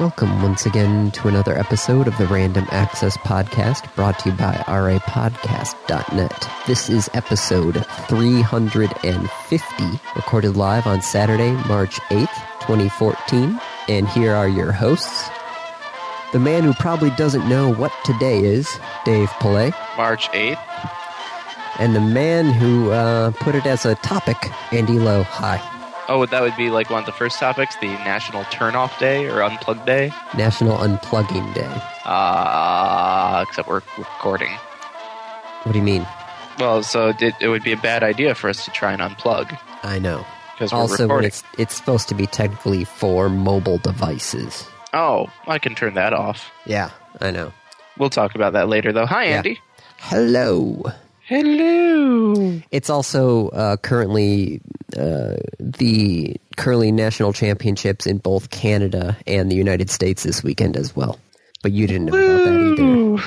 Welcome once again to another episode of the Random Access Podcast brought to you by rapodcast.net. This is episode 350, recorded live on Saturday, March 8th, 2014. And here are your hosts the man who probably doesn't know what today is, Dave Pillay, March 8th. and the man who uh, put it as a topic, Andy Lowe. Hi. Oh, that would be like one of the first topics the National Turnoff Day or Unplug Day. National Unplugging Day. Uh, except we're recording. What do you mean? Well, so it, it would be a bad idea for us to try and unplug I know. because we're also when recording. it's it's supposed to be technically for mobile devices. Oh, I can turn that off. Yeah, I know. We'll talk about that later, though. Hi, Yeah. Andy. Hello. Hello. It's also uh, currently uh, the curling national championships in both Canada and the United States this weekend as well. But you didn't know about that Woo.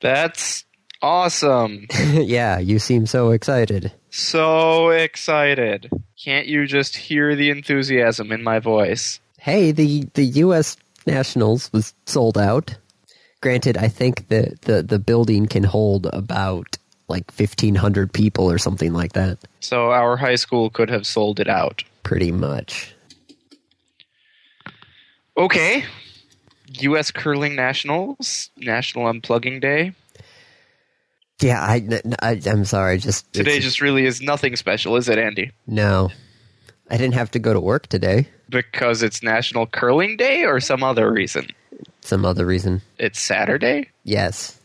That's awesome. either. yeah, you seem so excited. so excited. Can't you just hear the enthusiasm in my voice? Hey, the the U.S. Nationals was sold out. Granted, I think the the, the building can hold about like fifteen hundred people or something like that. So our high school could have sold it out. pretty much. Okay. U.S. Curling Nationals, National Unplugging Day. Yeah, I, n- I am sorry. Just Today it's- just really is nothing special, is it, Andy? no. I didn't have to go to work today. Because it's National Curling Day or some other reason? Some other reason. It's Saturday? Yes.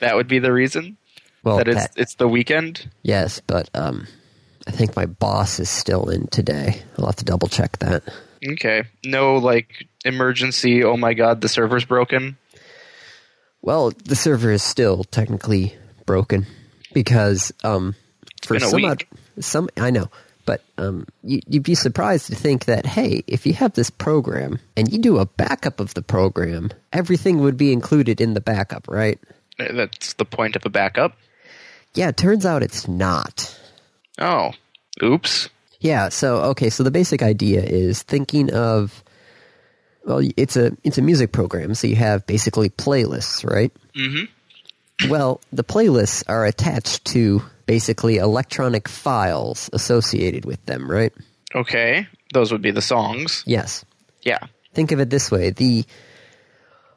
That would be the reason? Well, that it's, that- it's the weekend? yes, but um, I think my boss is still in today. I'll have to double check that. Okay. No, like, emergency, oh my god, the server's broken? Well, the server is still technically broken because um, for been a some week. odd- some I know, but um, you, you'd be surprised to think that hey, if you have this program and you do a backup of the program, everything would be included in the backup, right? Uh, That's the point of a backup. Yeah, it turns out it's not. Oh. Oops. Yeah, so okay, so the basic idea is thinking of well, it's a it's a music program, so you have basically playlists, right? Mm-hmm. Well, the playlists are attached to basically electronic files associated with them, right? Okay. Those would be the songs. Yes. Yeah. Think of it this way: the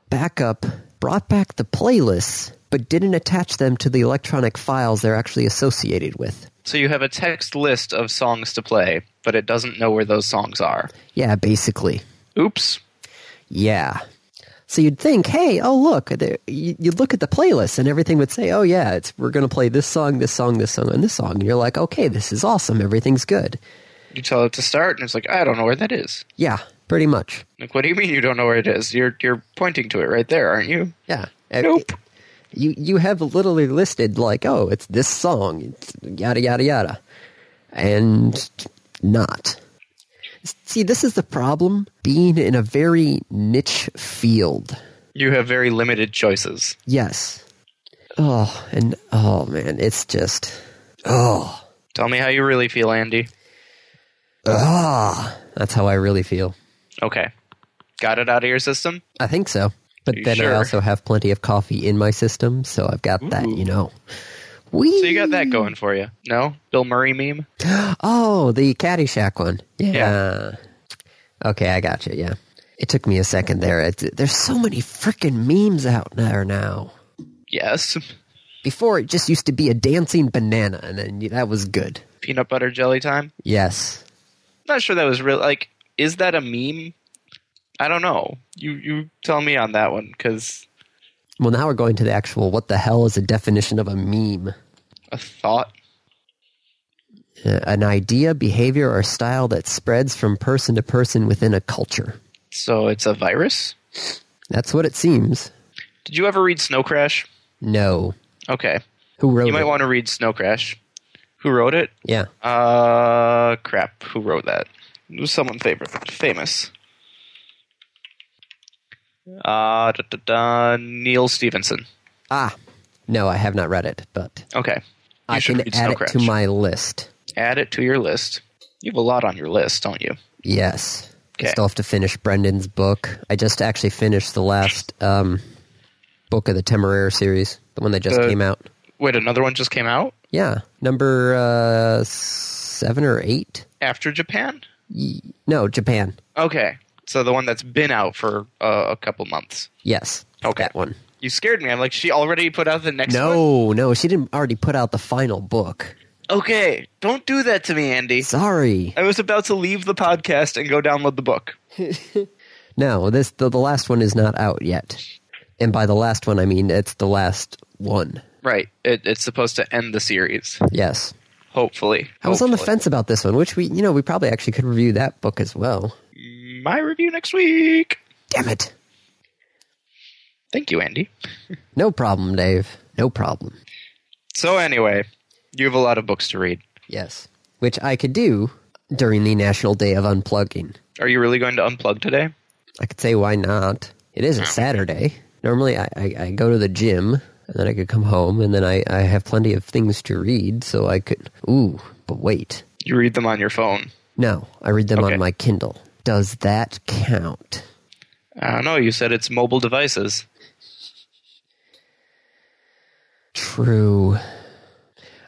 backup brought back the playlists, but didn't attach them to the electronic files they're actually associated with. So you have a text list of songs to play, but it doesn't know where those songs are. Yeah, basically. Oops. Yeah. So you'd think, hey, oh look, there- you- you'd look at the playlist and everything would say, oh yeah, it's we're gonna play this song, this song, this song, and this song. And you're like, okay, this is awesome, everything's good. You tell it to start, and it's like, I don't know where that is. Yeah, pretty much. Like, what do you mean you don't know where it is? You're you're pointing to it right there, aren't you? Yeah. E, Nope. You you have literally listed like, oh, it's this song, it's yada yada yada, and not. See, this is the problem being in a very niche field. You have very limited choices. Yes. Oh, and oh man, it's just oh. Tell me how you really feel, Andy. Ah, that's how I really feel. Okay, got it out of your system. I think so. But Are you then sure? I also have plenty of coffee in my system, so I've got that, you know. We So you got that going for you. No, Bill Murray meme. Oh, the Caddyshack one. Yeah. Yeah. Okay, I got you. Yeah. It took me a second there. It, there's so many freaking memes out there now. Yes, Before it just used to be a dancing banana, and then you- that was good. peanut butter jelly time. Yes. Not sure that was real. Like, is that a meme? I don't know. You you tell me on that one because Well, now we're going to the actual what the hell is a definition of a meme? a thought. Uh, an idea, behavior, or style that spreads from person to person within a culture. So it's a virus. That's what it seems. Did you ever read Snow Crash? No. Okay, Who wrote you might it? want to read Snow Crash. Who wrote it? yeah. Uh, crap. Who wrote that? It was someone favorite, famous. Uh, da, da, da, Neil Stevenson. Ah. No, I have not read it, but Okay. You I should can read add Snow it Crash. to my list. Add it to your list. You have a lot on your list, don't you? Yes. I still have to finish Brendan's book. I just actually finished the last um, book of the Temeraire series, the one that just The- came out. Wait, another one just came out Yeah, number uh, seven or eight. after Japan? Y- No, Japan. Okay. So the one that's been out for uh, a couple months. Yes. Okay. That one. You scared me. I'm like, she already put out the next one? No, no, she didn't already put out the final book. Okay. Don't do that to me, Andy. Sorry. I was about to leave the podcast and go download the book. No, this the, the last one is not out yet. And by the last one, I mean it's the last one. Right. It, it's supposed to end the series, Yes. hopefully. I was on the Hopefully. fence about this one, which we, you know, we probably actually could review that book as well. My review next week. Damn it. Thank you, Andy. No problem, Dave. No problem. So, anyway, you have a lot of books to read. Yes. Which I could do during the National Day of Unplugging. Are you really going to unplug today? I could say, why not? It is a Saturday. Normally, I, I, I go to the gym, and then I could come home, and then I, I have plenty of things to read, so I could. Ooh, but wait. You read them on your phone. No, I read them Okay. on my Kindle. Does that count? I don't know. You said it's mobile devices. True.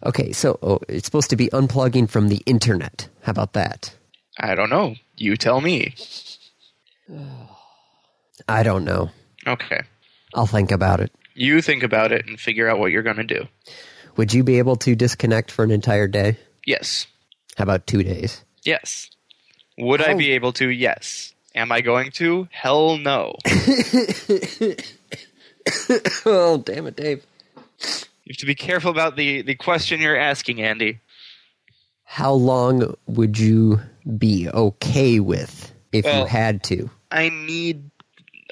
Okay, so oh, it's supposed to be unplugging from the internet. How about that? I don't know. You tell me. I don't know. Okay. I'll think about it. You think about it and figure out what you're going to do. Would you be able to disconnect for an entire day? Yes. How about two days? Yes. Would I How- be able to? Yes. Am I going to? Hell no. Oh, damn it, Dave. you have to be careful about the, the question you're asking, Andy. How long would you be okay with if you Well- had to? I need.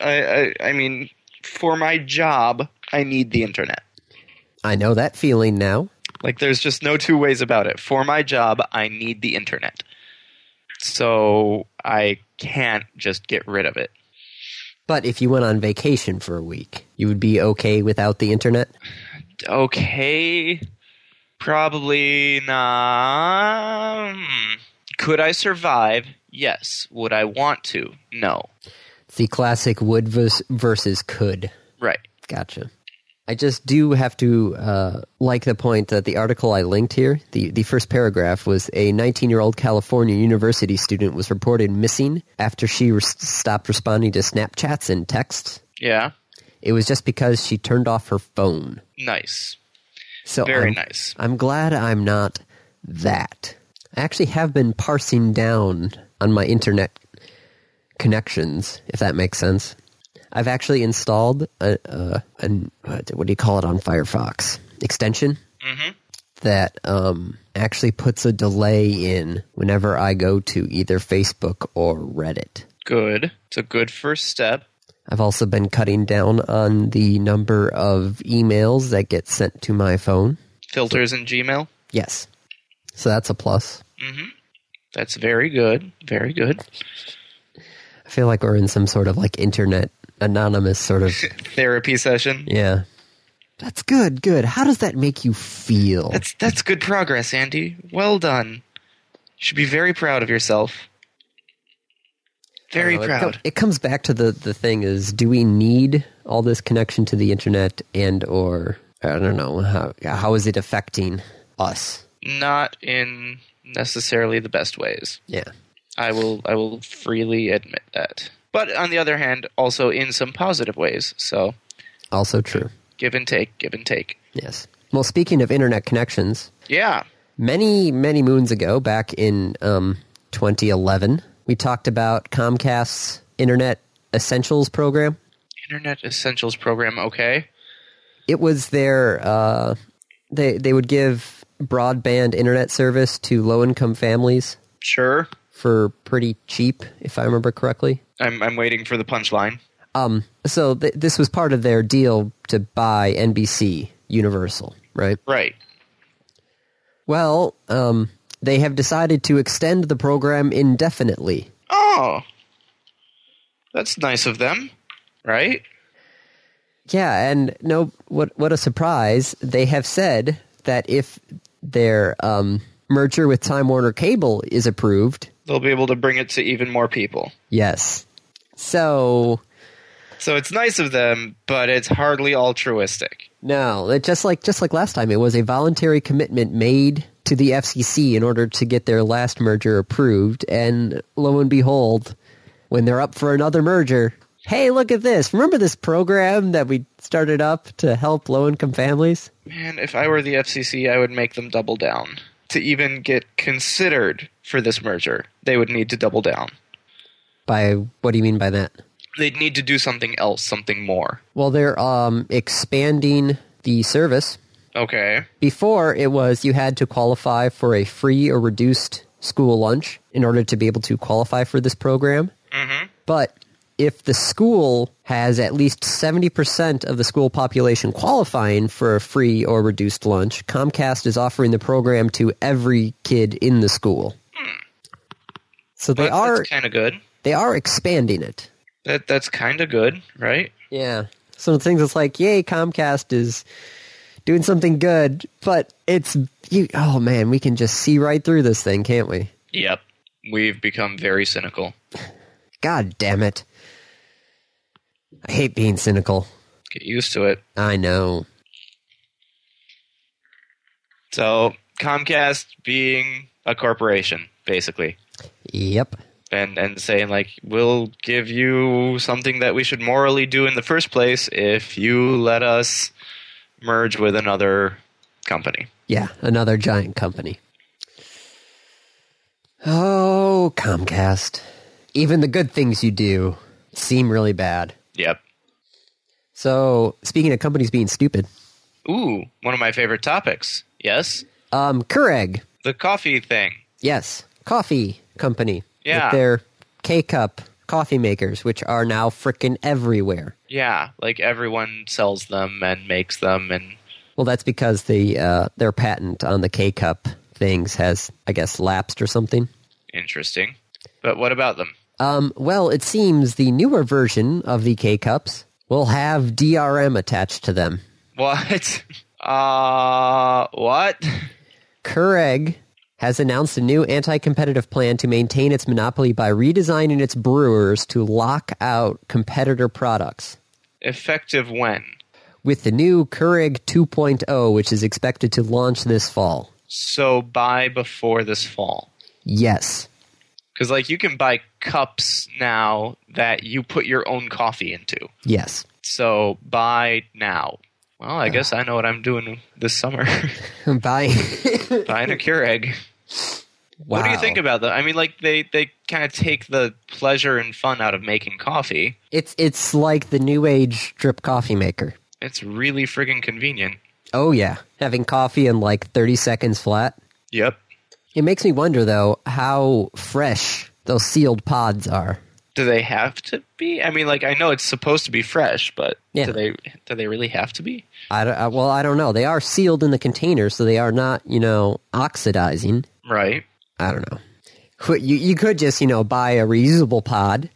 I, I, I mean, for my job, I need the internet. I know that feeling now. Like, there's just no two ways about it. For my job, I need the internet. So I can't just get rid of it. But if you went on vacation for a week, you would be okay without the internet? okay. Probably not. Hmm. Could I survive? Yes. Would I want to? No. It's the classic would vers- versus could. Right. Gotcha. I just do have to uh, like the point that the article I linked here, the, the first paragraph was a 19 year old California university student was reported missing after she res- stopped responding to Snapchats and texts. Yeah. It was just because she turned off her phone. Nice. So Very I'm, nice. I'm glad I'm not that. I actually have been parsing down on my internet connections, if that makes sense. I've actually installed a, a an what do you call it on Firefox extension Mm-hmm. that um, actually puts a delay in whenever I go to either Facebook or Reddit. Good. It's a good first step. I've also been cutting down on the number of emails that get sent to my phone. Filters in Gmail. Yes, so that's a plus. That's very good. Very good. I feel like we're in some sort of like internet anonymous sort of Therapy session. yeah. That's good, good. How does that make you feel? That's that's good progress, Andy. Well done. You should be very proud of yourself. Very know, it proud. com- It, comes back to the the thing is, do we need all this connection to the internet and or I don't know how how is it affecting us? Not in necessarily the best ways. Yeah, I will I will freely admit that. But on the other hand, also in some positive ways. So also true. give and take, give and take. Yes. Well, speaking of internet connections, Yeah. many many moons ago, back in um, 2011, we talked about Comcast's Internet Essentials program. Internet Essentials program, okay. it was their uh, they they would give broadband internet service to low income families Sure. for pretty cheap, if I remember correctly. I'm I'm waiting for the punchline. Um, so th- this was part of their deal to buy NBC Universal, right? Right. Well, um, they have decided to extend the program indefinitely. Oh. That's nice of them. Right? Yeah, and no, what what a surprise! They have said that if their um, merger with Time Warner Cable is approved, They'll be able to bring it to even more people. Yes. So So it's nice of them, but it's hardly altruistic. No, it just like just like last time, it was a voluntary commitment made to the FCC in order to get their last merger approved, and lo and behold, when they're up for another merger, hey, look at this! Remember this program that we started up to help low-income families? Man, if I were the FCC, I would make them double down. To even get considered for this merger, they would need to double down. By what do you mean by that? They'd need to do something else, something more. Well, they're um, expanding the service. Okay. Before it was you had to qualify for a free or reduced school lunch in order to be able to qualify for this program. Mm-hmm. But if the school has at least 70% of the school population qualifying for a free or reduced lunch, Comcast is offering the program to every kid in the school. So they are Hmm. That's kind of good. they are expanding it. That that's kind of good, right? Yeah. So the things that's like, yay, Comcast is doing something good, but it's you oh man, we can just see right through this thing, can't we? Yep. We've become very cynical. God damn it. I hate being cynical. Get used to it. I know. So Comcast being a corporation, basically, Yep. and and saying like, we'll give you something that we should morally do in the first place if you let us merge with another company. Yeah, another giant company. Oh, Comcast. Even the good things you do seem really bad. Yep. So, speaking of companies being stupid, Ooh, one of my favorite topics. Yes, um, Keurig, the coffee thing. yes, coffee company. Yeah. With their K cup coffee makers, which are now frickin' everywhere. Yeah, like everyone sells them and makes them, and Well, that's because the uh, their patent on the K cup things has, I guess, lapsed or something. interesting. But what about them? Um, well, it seems the newer version of the K cups will have DRM attached to them. What? Uh, what? Keurig has announced a new anti-competitive plan to maintain its monopoly by redesigning its brewers to lock out competitor products. Effective when? With the new Keurig 2.0, which is expected to launch this fall. So buy before this fall. Yes. Because, like, you can buy cups now that you put your own coffee into. Yes. So buy now. Well, I guess I know what I'm doing this summer Bye. buying a Keurig. wow. What do you think about that? I mean, like, they, they kind of take the pleasure and fun out of making coffee. It's it's like the new age drip coffee maker. It's really friggin' convenient. Oh yeah, having coffee in like 30 seconds flat. Yep. It makes me wonder, though, how fresh those sealed pods are. do they have to be? I mean, like I know it's supposed to be fresh, but Yeah. do they do they really have to be? I don't- I- well, I don't know. They are sealed in the container, so they are not, you know, oxidizing. Right. I don't know. Could- You, you could just, you know, buy a reusable pod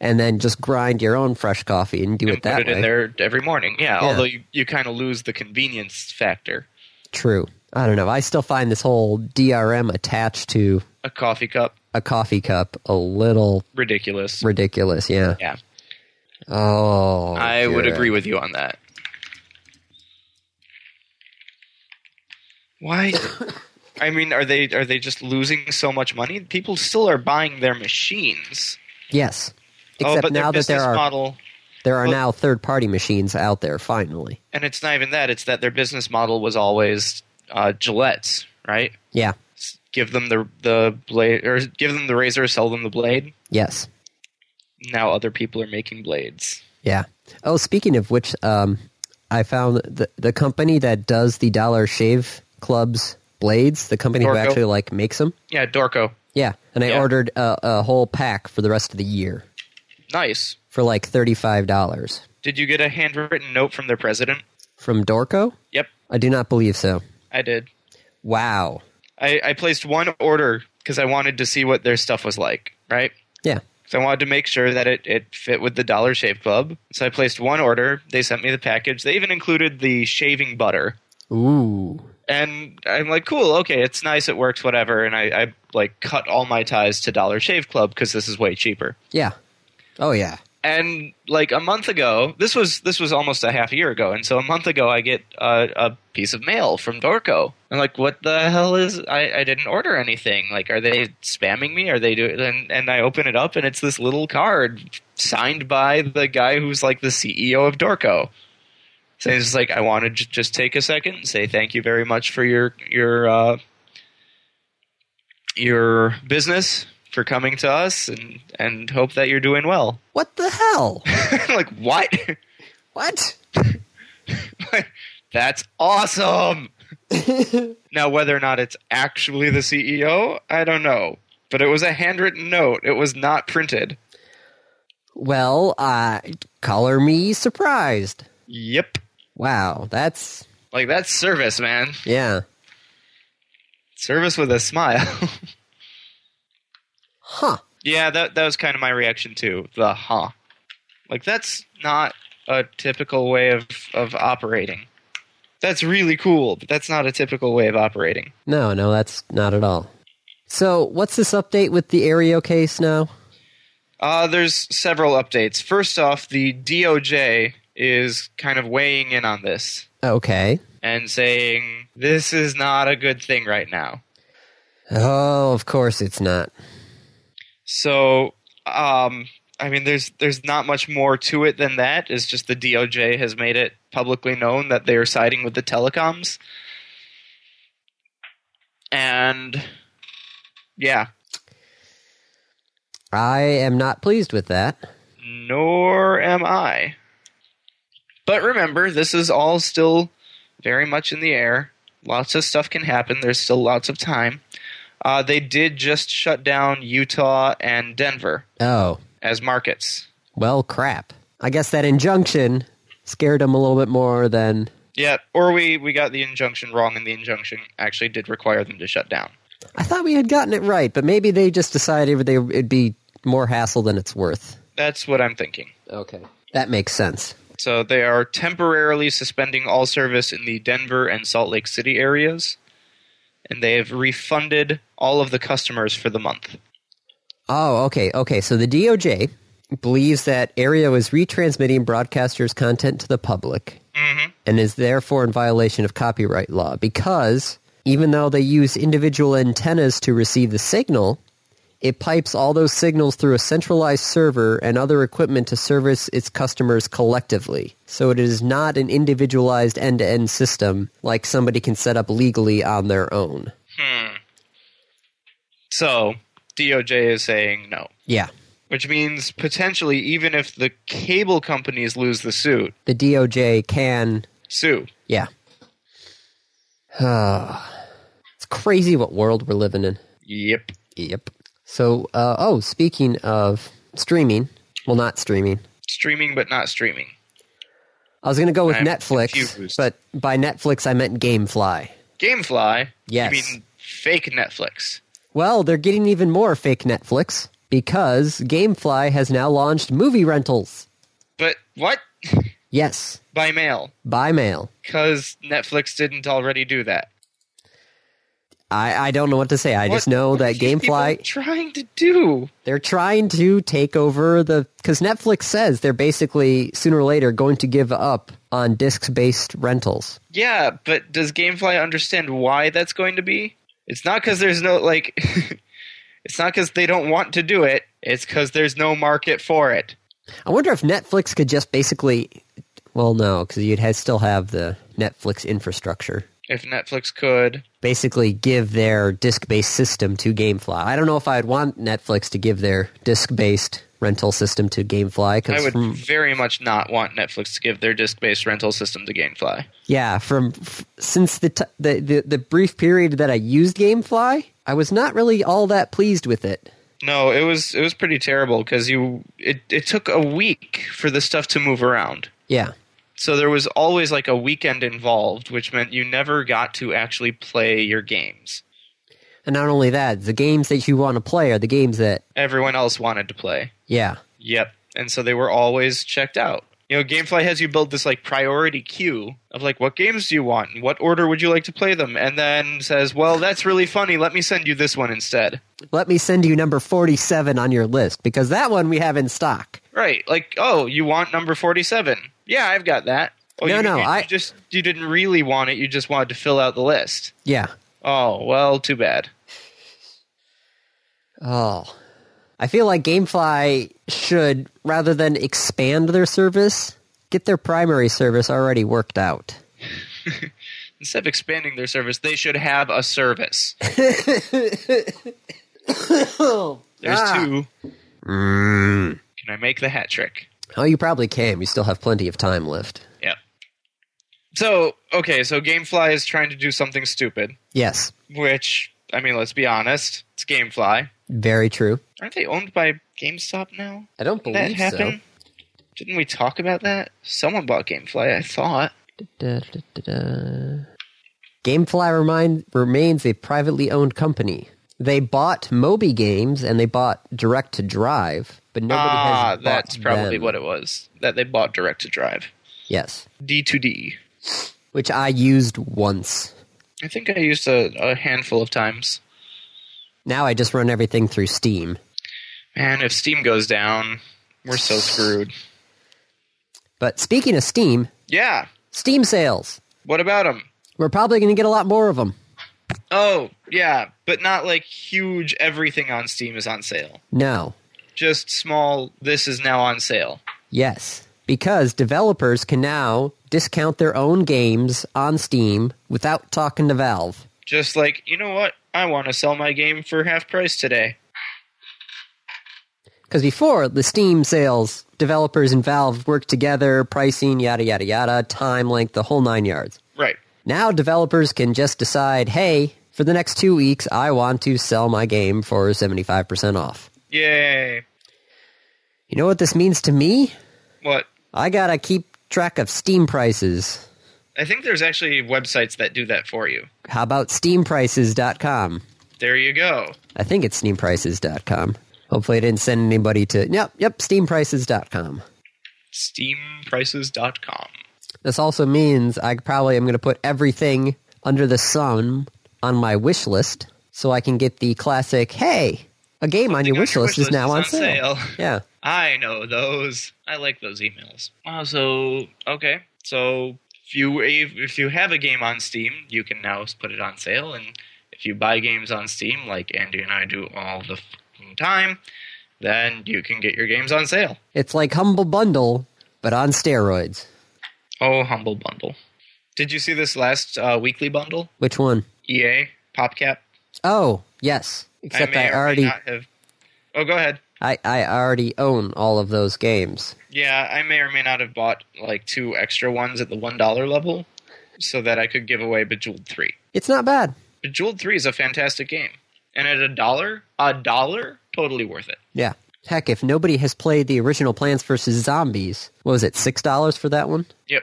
and then just grind your own fresh coffee and do And it put that it way. in there every morning. Yeah. Yeah. Although you, you kind of lose the convenience factor. True. I don't know. I still find this whole DRM attached to A coffee cup, a coffee cup a little ridiculous. ridiculous. Yeah. yeah. Oh. I would dear. agree with you on that. Why? I mean, are they are they just losing so much money? People still are buying their machines. Yes. oh, Except but now their that business there are model there are well- now third party machines out there. Finally. And it's not even that; it's that their business model was always uh, Gillette's, right? Yeah. S- Give them the the blade, or give them the razor, sell them the blade. Yes. Now other people are making blades. Yeah. Oh, speaking of which, um, I found the the company that does the Dollar Shave Club's blades, the company who Dorco. actually like makes them. Yeah, Dorco, Yeah, and I Yeah. ordered a, a whole pack for the rest of the year nice. for like thirty five dollars Did you get a handwritten note from their president? from Dorco. Yep, I do not believe so. I did. Wow. I, I placed one order because I wanted to see what their stuff was like, right? Yeah. So I wanted to make sure that it, it fit with the Dollar Shave Club. So I placed one order. They sent me the package. They even included the shaving butter. Ooh. and I'm like, cool, okay, it's nice, it works, whatever. And I, I like cut all my ties to Dollar Shave Club because this is way cheaper. Yeah. Oh yeah. And like a month ago, this was this was almost a half year ago, and so a month ago I get a, a piece of mail from Dorco. I'm like, what the hell is? I, I didn't order anything. Like, are they spamming me? Are they doing? And, and I open it up, and it's this little card signed by the guy who's like the CEO of Dorco. So it's just like I want to j- just take a second and say thank you very much for your your uh, your business for coming to us and and hope that you're doing well. What the hell? like what? What? That's awesome. now whether or not it's actually the CEO, I don't know. But it was a handwritten note. It was not printed. Well, uh, color me surprised. Yep. Wow, that's Like that's service, man. yeah. Service with a smile. Huh. Yeah, that that was kind of my reaction too. The huh. Like that's not a typical way of of operating. That's really cool, but that's not a typical way of operating. No, no, that's not at all. So, what's this update with the Aereo case now? Uh, there's several updates. First off, the DOJ is kind of weighing in on this Okay. and saying this is not a good thing right now. Oh, of course it's not. So, um, I mean, there's there's not much more to it than that. It's just the DOJ has made it publicly known that they are siding with the telecoms, and yeah, I am not pleased with that. nor am I. But remember, this is all still very much in the air. Lots of stuff can happen. There's still lots of time. Uh, they did just shut down Utah and Denver Oh, as markets. well, crap. I guess that injunction scared him a little bit more than. Yeah, or we, we got the injunction wrong, and the injunction actually did require them to shut down. I thought we had gotten it right, but maybe they just decided they, it'd be more hassle than it's worth. That's what I'm thinking. Okay. That makes sense. So they are temporarily suspending all service in the Denver and Salt Lake City areas, and they have refunded all of the customers for the month. Oh, okay, okay. So the DOJ believes that Aereo is retransmitting broadcasters' content to the public and is therefore in violation of copyright law because even though they use individual antennas to receive the signal, it pipes all those signals through a centralized server and other equipment to service its customers collectively. So it is not an individualized end-to-end system like somebody can set up legally on their own. So DOJ is saying no, Yeah. which means potentially even if the cable companies lose the suit, The DOJ can sue. Yeah. it's crazy what world we're living in. Yep. Yep. So, uh, oh, speaking of streaming, well, not streaming. Streaming but not streaming. I was going to go with I'm Netflix, confused. but by Netflix, I meant GameFly. Gamefly. Yes. You mean fake Netflix? Well, they're getting even more fake Netflix because GameFly has now launched movie rentals. But what? Yes, By mail. by mail. Because Netflix didn't already do that. I, I don't know what to say. I just What- know that what are these GameFly people trying to do. They're trying to take over the because Netflix says they're basically sooner or later going to give up on discs based rentals. Yeah, but does GameFly understand why that's going to be? It's not because there's no like. it's not because they don't want to do it. It's because there's no market for it. I wonder if Netflix could just basically, well, no, because you'd ha- still have the Netflix infrastructure. If Netflix could, Basically, give their disc based system to GameFly. I don't know if I'd want Netflix to give their disc based rental system to GameFly I because would very much not want Netflix to give their disc-based rental system to GameFly. Yeah, from f- since the, t- the the the brief period that I used GameFly, I was not really all that pleased with it. No, it was it was pretty terrible because you it it took a week for the stuff to move around. Yeah. So there was always like a weekend involved, which meant you never got to actually play your games. And not only that, the games that you want to play are the games that, Everyone else wanted to play. yeah, Yep. And so they were always checked out. you know, GameFly has you build this like priority queue of like what games do you want and what order would you like to play them, and then says, "Well, that's really funny. Let me send you this one instead." Let me send you number 47 on your list because that one we have in stock. Right? Like, oh, you want number forty-seven? Yeah, I've got that. Oh, No, you, no, you- you I- just you didn't really want it. You just wanted to fill out the list. Yeah. Oh well, too bad. Oh. I feel like Gamefly should, rather than expand their service, get their primary service already worked out. Instead of expanding their service, they should have a service. There's Ah. two. Can I make the hat trick? Oh, you probably can. You still have plenty of time left. Yep. So okay, so GameFly is trying to do something stupid. Yes. which I mean, let's be honest, it's GameFly. Very true. Aren't they owned by GameStop now? I don't Did that believe so. happen? Didn't we talk about that? Someone bought GameFly, I thought. Da, da, da, da. Gamefly remind, remains a privately owned company. They bought Moby Games and they bought Direct to Drive, but nobody Ah, has bought that's probably them. what it was. That they bought direct to drive. Yes, D2D. which I used once. I think I used a, a handful of times. Now I just run everything through Steam. Man, if Steam goes down, we're so screwed. But speaking of Steam, Yeah. Steam sales. What about them? We're probably going to get a lot more of them. Oh, yeah, but not like huge everything on Steam is on sale. No. Just small, this is now on sale. Yes. Because developers can now discount their own games on Steam without talking to Valve. just like you know what i want to sell my game for half price today Because before, the Steam sales, developers and Valve worked together, pricing, yada, yada, yada, time length, the whole nine yards. right Now developers can just decide, hey, for the next two weeks, I want to sell my game for 75% off. yay You know what this means to me? what I gotta keep track of Steam prices. i think there's actually websites that do that for you How about steamprices.com? there you go I think it's steamprices.com. Hopefully, I didn't send anybody to. Yep, yep, steamprices.com. steamprices.com This also means I probably am going to put everything under the sun on my wish list so I can get the classic, hey, a game on your on wish your list wish is now on list is on sale. sale. Yeah. i know those i like those emails wow so okay so if you if you have a game on steam you can now put it on sale and if you buy games on steam like andy and i do all the fucking time then you can get your games on sale It's like Humble Bundle, but on steroids. Oh, humble bundle. Did you see this last uh, weekly bundle? Which one? EA PopCap. Oh, yes. Except I, already not have. Oh, go ahead. I, I already own all of those games. Yeah, I may or may not have bought like two extra ones at the one dollar level, so that I could give away Bejeweled Three. It's not bad. Bejeweled Three is a fantastic game, and at a dollar, a dollar, totally worth it. Yeah. Heck, if nobody has played the original Plants vs. Zombies, what was it, $6 for that one? Yep,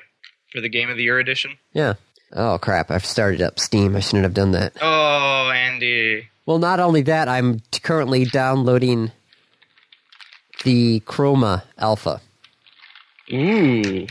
for the Game of the Year edition. Yeah. Oh, crap. I've started up Steam. I shouldn't have done that. Oh, Andy. Well, not only that, I'm t- currently downloading the Chroma Alpha, Ooh,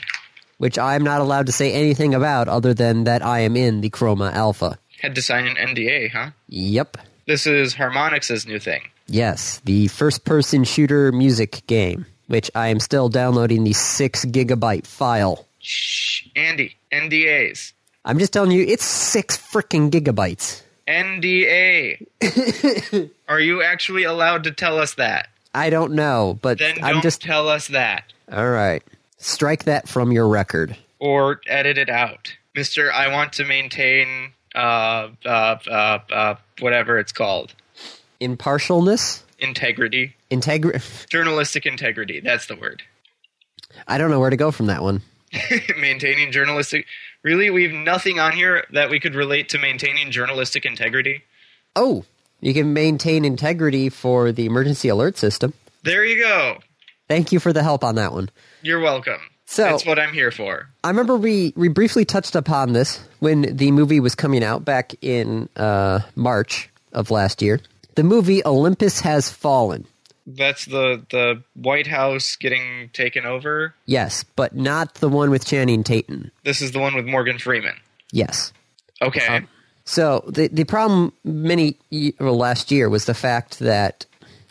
which I'm not allowed to say anything about other than that I am in the Chroma Alpha. had to sign an NDA, huh? Yep. This is Harmonix's new thing. Yes, the first person shooter music game, which I am still downloading the 6 gigabyte file. Shh, Andy, NDAs. I'm just telling you, it's 6 freaking gigabytes. NDA. Are you actually allowed to tell us that? I don't know, but Then I'm don't just. tell us that All right. Strike that from your record. or edit it out. Mr. I want to maintain uh, uh, uh, uh, whatever it's called. Impartialness? Integrity. Integrity? Journalistic integrity. That's the word. I don't know where to go from that one. maintaining journalistic. Really, we have nothing on here that we could relate to maintaining journalistic integrity. Oh, you can maintain integrity for the emergency alert system. There you go. Thank you for the help on that one. You're welcome. So- That's what I'm here for. I remember we, we briefly touched upon this when the movie was coming out back in uh, March of last year. The movie Olympus Has Fallen that's the the White House getting taken over. Yes, but not the one with Channing Tatum. This is the one with Morgan Freeman. Yes. Okay. Uh-huh. So the the problem many ye- well, last year was the fact that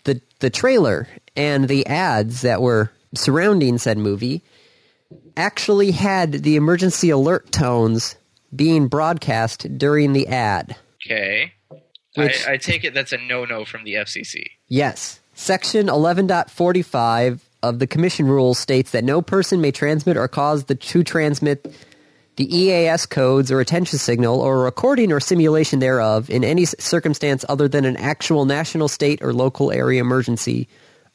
the the trailer and the ads that were surrounding said movie actually had the emergency alert tones being broadcast during the ad. okay. Which- I, I take it that's a no no from the FCC. Yes. Section 11.45 of the Commission Rules states that no person may transmit or cause the to transmit the EAS codes or attention signal or a recording or simulation thereof in any circumstance other than an actual national, state, or local area emergency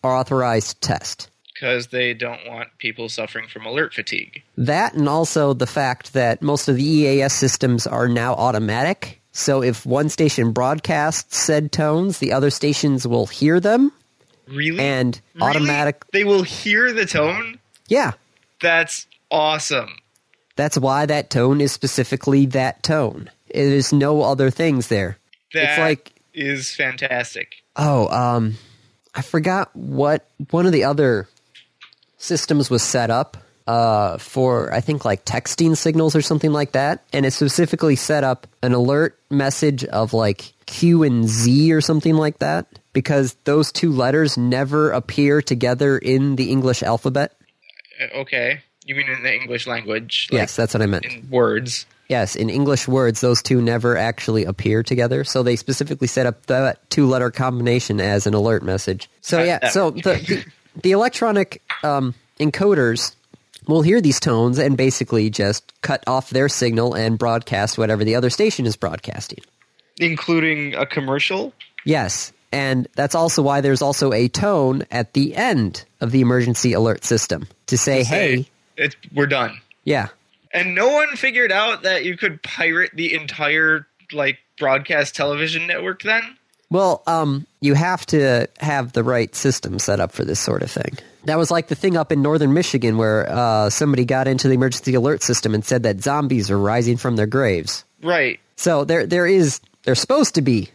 or authorized test. because they don't want people suffering from alert fatigue. That and also the fact that most of the EAS systems are now automatic. So if one station broadcasts said tones, the other stations will hear them Really? and Really? automatic. They will hear the tone? Yeah. That's awesome. That's why that tone is specifically that tone. There's no other things there. That It's like- is fantastic. Oh, um, I forgot what one of the other systems was set up uh, for, I think, like texting signals or something like that. And it specifically set up an alert message of like Q and Z or something like that because those two letters never appear together in the English alphabet. Uh, Okay. You mean in the English language? Like yes, that's what I meant. In words. Yes, in English words, those two never actually appear together. So they specifically set up that two letter combination as an alert message. So, yeah, so the, the, the electronic um, encoders will hear these tones and basically just cut off their signal and broadcast whatever the other station is broadcasting. Including a commercial? Yes, and that's also why there's also a tone at the end of the emergency alert system to say, hey, Say, it's, we're done. yeah, And no one figured out that you could pirate the entire like broadcast television network then? Well, um, you have to have the right system set up for this sort of thing. That was like the thing up in northern Michigan where uh, somebody got into the emergency alert system and said that zombies are rising from their graves. Right. So there, there is there's supposed to be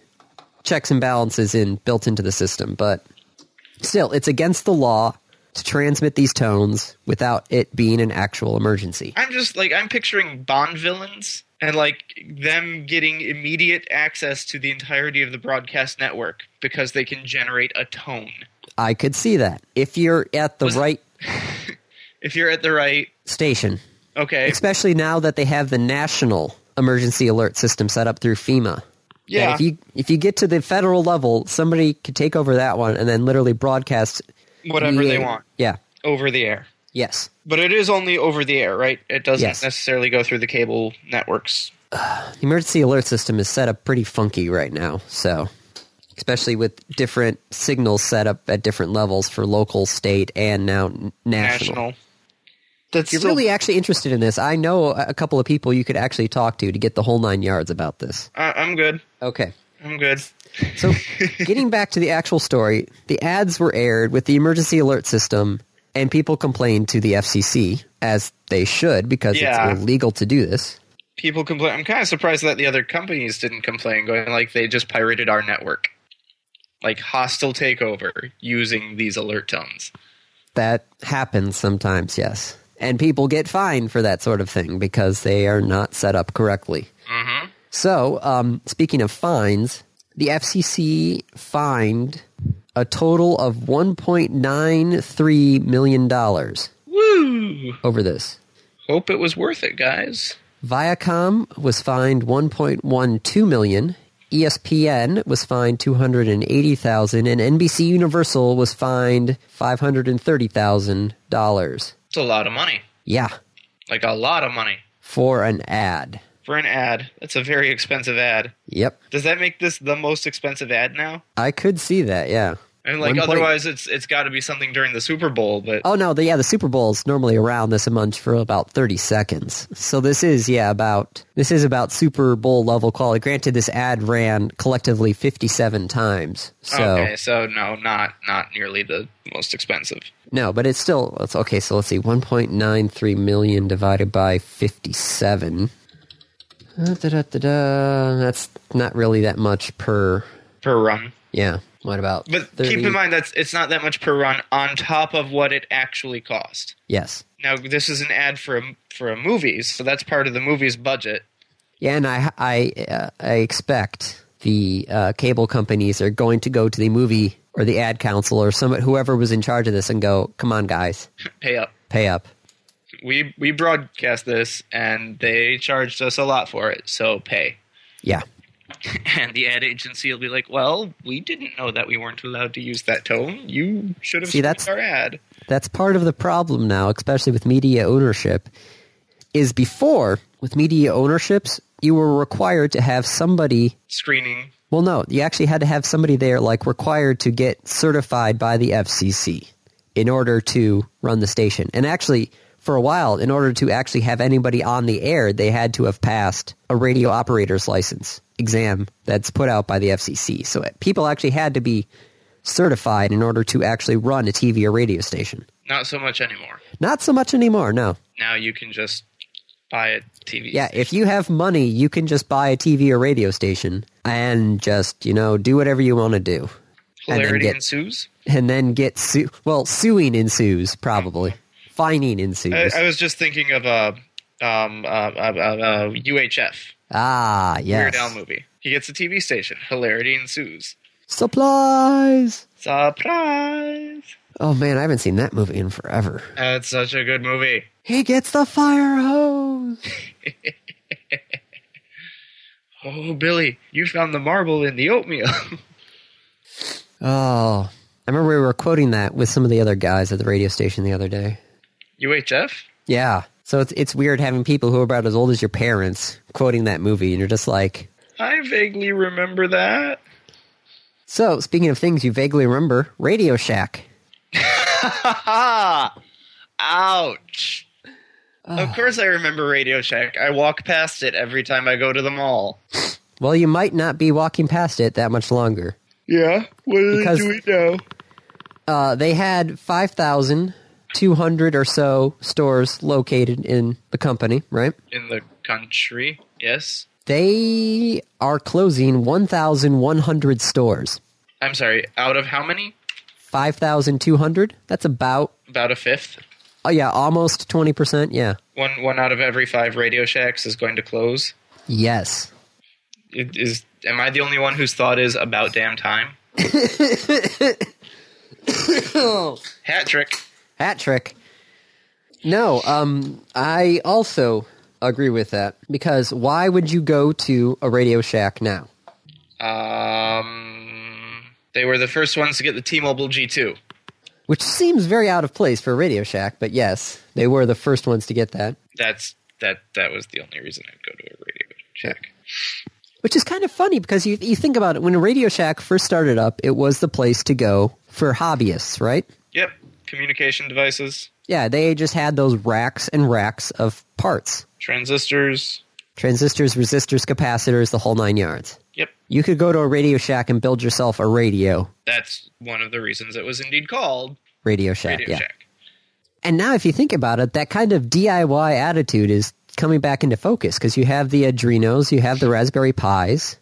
checks and balances in built into the system, but still, it's against the law to transmit these tones without it being an actual emergency. I'm just like I'm picturing Bond villains and like them getting immediate access to the entirety of the broadcast network because they can generate a tone. I could see that if you're at the Was- right If you're at the right, station. okay, especially now that they have the national emergency alert system set up through FEMA. Yeah. That if you if you get to the federal level, somebody could take over that one and then literally broadcast whatever the- they want Yeah. over the air. Yes. But it is only over the air, right? It doesn't Yes. necessarily go through the cable networks. The emergency alert system is set up pretty funky right now, so especially with different signals set up at different levels for local, state, and now n- national. National. That's If you're still- really actually interested in this, I know a a couple of people you could actually talk to to get the whole nine yards about this. I, I'm good. Okay. I'm good. So, getting back to the actual story, the ads were aired with the emergency alert system, and people complained to the FCC, as they should, because Yeah. it's illegal to do this. People complain. I'm kind of surprised that the other companies didn't complain, going like they just pirated our network, like hostile takeover using these alert tones. That happens sometimes, yes. And people get fined for that sort of thing because they are not set up correctly. Mm-hmm. So, um, speaking of fines, the FCC fined a total of $1.93 million Woo! over this. Hope it was worth it, guys. Viacom was fined 1.12 million. E ESPN was fined 280,000 and NBC Universal was fined $530,000. It's a lot of money, Yeah, like a lot of money for an ad. for an ad. That's a very expensive ad. Yep. Does that make this the most expensive ad now? I could see that, yeah. I mean, like One point- otherwise, it's it's got to be something during the Super Bowl. But Oh no, the, yeah, the Super Bowl's normally around this a month for about 30 seconds. So this is yeah, about this is about Super Bowl level quality. Granted this ad ran collectively 57 times. So okay, so no, not not nearly the most expensive. No, but it's still it's okay. So let's see, one point nine three million divided by fifty-seven. Uh, da, da, da, da. That's not really that much per. per run. Yeah. What about? But 30? keep in mind that's it's not that much per run on top of what it actually cost. Yes. Now this is an ad for a, for a movie, so that's part of the movie's budget. Yeah, and I I uh, I expect the uh, cable companies are going to go to the movie or the ad council or some whoever was in charge of this and go, "Come on, guys, Pay up. pay up." We we broadcast this and they charged us a lot for it, so pay. Yeah. And the ad agency will be like, "Well, we didn't know that we weren't allowed to use that tone. You should have See, seen that's- our ad." That's part of the problem now, especially with media ownership, is before with media ownerships, you were required to have somebody. Screening. Well, no, you actually had to have somebody there, like required to get certified by the FCC in order to run the station. And actually, for a while, in order to actually have anybody on the air, they had to have passed a radio operator's license exam that's put out by the FCC. So people actually had to be certified in order to actually run a TV or radio station. Not so much anymore. Not so much anymore, no. Now you can just buy a TV. Yeah, if you have money, you can just buy a TV or radio station and just, you know, do whatever you want to do. And then Hilarity get ensues. and then get su- well, suing ensues probably. Fining I, ensues. I was just thinking of uh, um, uh, uh, uh, uh, UHF. ah, Weird yes. Al movie. He gets a TV station. Hilarity ensues. Supplies. Surprise! Oh man, I haven't seen that movie in forever. That's such a good movie. He gets the fire hose. Oh, Billy, you found the marble in the oatmeal. Oh, I remember we were quoting that with some of the other guys at the radio station the other day. UHF? Yeah. So it's it's weird having people who are about as old as your parents quoting that movie, and you're just like, I vaguely remember that. so speaking of things you vaguely remember, Radio Shack. Ah! Ouch! Of course I remember Radio Shack. I walk past it every time I go to the mall. Well, you might not be walking past it that much longer. Yeah? What do Because- we know? Uh, they had five thousand two hundred or so stores located in the company, right? In the country, yes. They are closing 1,100 stores. I'm sorry, out of how many? 5,200? That's about, About a fifth? oh yeah, almost 20%. Yeah. One, one out of every five Radio Shacks is going to close. Yes. It is am I the only one whose thought is about damn time? Hat trick. Hat trick. No, um, I also agree with that because why would you go to a Radio Shack now? Um, they were the first ones to get the T-Mobile G2. Which seems very out of place for a Radio Shack, but yes, they were the first ones to get that, That's that. That was the only reason I'd go to a radio check. which is kind of funny because you you think about it when Radio Shack first started up, it was the place to go for hobbyists, right? Yep, communication devices, Yeah, they just had those racks and racks of parts. transistors. Transistors, resistors, capacitors, the whole 9 yards. Yep, You could go to a Radio Shack and build yourself a radio. that's one of the reasons it was indeed called Radio Shack, Radio yeah. Shack. And now, if you think about it, that kind of DIY attitude is coming back into focus because you have the Adrenos, you have the Raspberry Pis.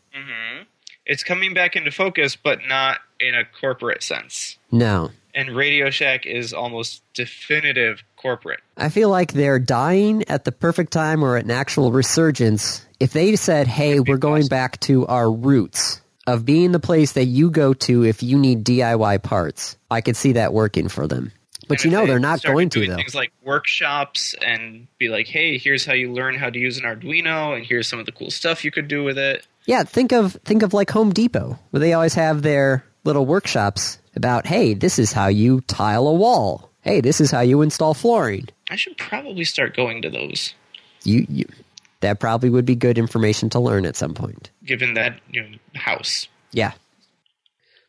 It's coming back into focus, but not in a corporate sense. No. And Radio Shack is almost definitive corporate. I feel like they're dying at the perfect time or an actual resurgence. If they said, hey, we're going back to our roots of being the place that you go to if you need DIY parts, I could see that working for them. But And you if know, they they're not started going to, doing though. Things like workshops and be like, hey, here's how you learn how to use an Arduino, and here's some of the cool stuff you could do with it. Yeah, think of think of like Home Depot, where they always have their little workshops about, hey, this is how you tile a wall. Hey, this is how you install flooring. I should probably start going to those, You, you that probably would be good information to learn at some point. given that you know, house. Yeah.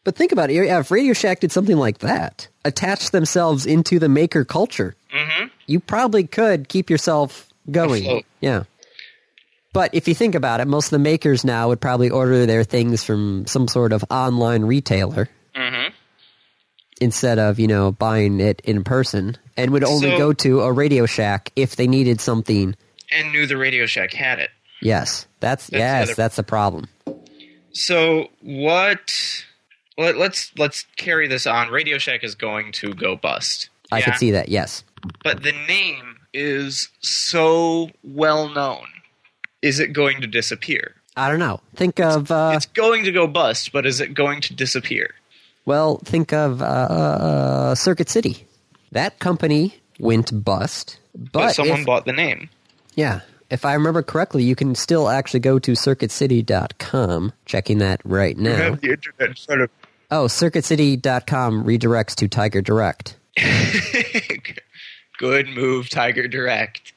But think about it. Yeah, if Radio Shack did something like that, attach themselves into the maker culture, Mm-hmm. you probably could keep yourself going. Afloat. Yeah. But if you think about it, most of the makers now would probably order their things from some sort of online retailer Mm-hmm. instead of, you know, buying it in person and would only So- go to a Radio Shack if they needed something. And knew the Radio Shack had it. Yes. That's, That's the yes, other- that's the problem. So what? Let, let's let's carry this on. Radio Shack is going to go bust. I could Yeah. see that. Yes. but the name is so well known. Is it going to disappear? I don't know. Think of uh, it's going to go bust, but is it going to disappear? well, think of uh, uh, Circuit City. That company went bust, but, But, someone if- bought the name. yeah, if I remember correctly, you can still actually go to circuitcity.com. Checking that right now. the internet in front of Oh, circuitcity.com redirects to Tiger Direct. Good move, Tiger Direct.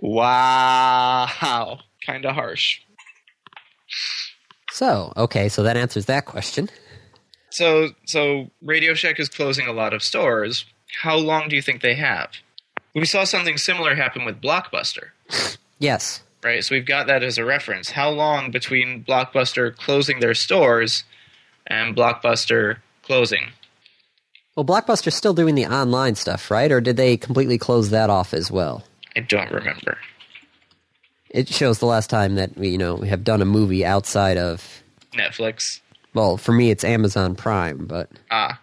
Wow. Kind of harsh. So, okay, so that answers that question. So, so Radio Shack is closing a lot of stores. How long do you think they have? We saw something similar happen with Blockbuster. Yes. right? So we've got that as a reference. How long between Blockbuster closing their stores and Blockbuster closing? Well, Blockbuster's still doing the online stuff, right? Or did they completely close that off as well? I don't remember. It shows the last time that we, you know, we have done a movie outside of. Netflix. Well, for me, it's Amazon Prime, but Ah,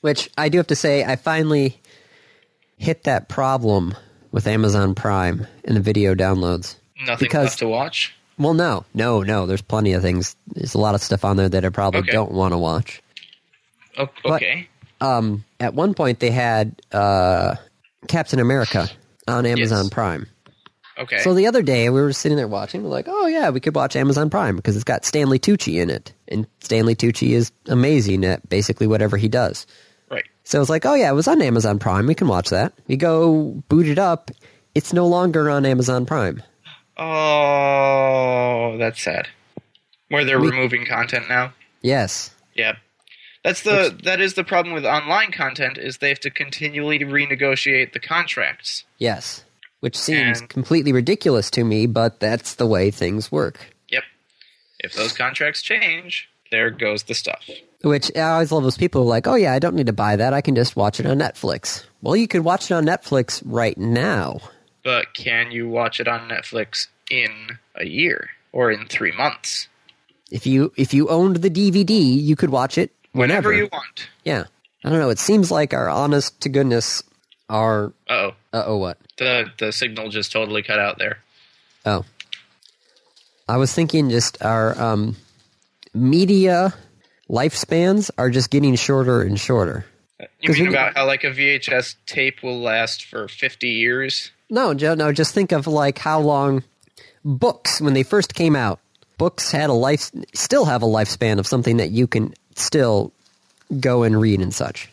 which I do have to say, I finally hit that problem with Amazon Prime in the video downloads. nothing Because- left to watch. Well, no, no, no. There's plenty of things. There's a lot of stuff on there that I probably Okay. don't want to watch. O- But- okay. um, at one point they had uh, Captain America on Amazon Yes. Prime. Okay. So the other day we were sitting there watching, we're like, oh yeah, we could watch Amazon Prime because it's got Stanley Tucci in it, and Stanley Tucci is amazing at basically whatever he does. right. So it's like, oh yeah, it was on Amazon Prime. We can watch that. We go boot it up. It's no longer on Amazon Prime. Oh, that's sad. Where they're We- removing content now. Yes. Yep. That's the that is the problem with online content is they have to continually renegotiate the contracts. Yes. Which seems And- completely ridiculous to me, but that's the way things work. Yep. If those contracts change, there goes the stuff. Which I always love those people who are like, oh yeah, I don't need to buy that. I can just watch it on Netflix. Well, you could watch it on Netflix right now. but can you watch it on Netflix in a year or in three months? If you if you owned the DVD, you could watch it whenever. Whenever you want. yeah, I don't know. It seems like our honest to goodness, our Oh, uh oh what the the signal just totally cut out there. oh, I was thinking just our um media lifespans are just getting shorter and shorter. You 'Cause mean we- about how like a VHS tape will last for fifty years? No, Joe, no, just think of like how long books when they first came out. Books had a life still have a lifespan of something that you can still go and read and such.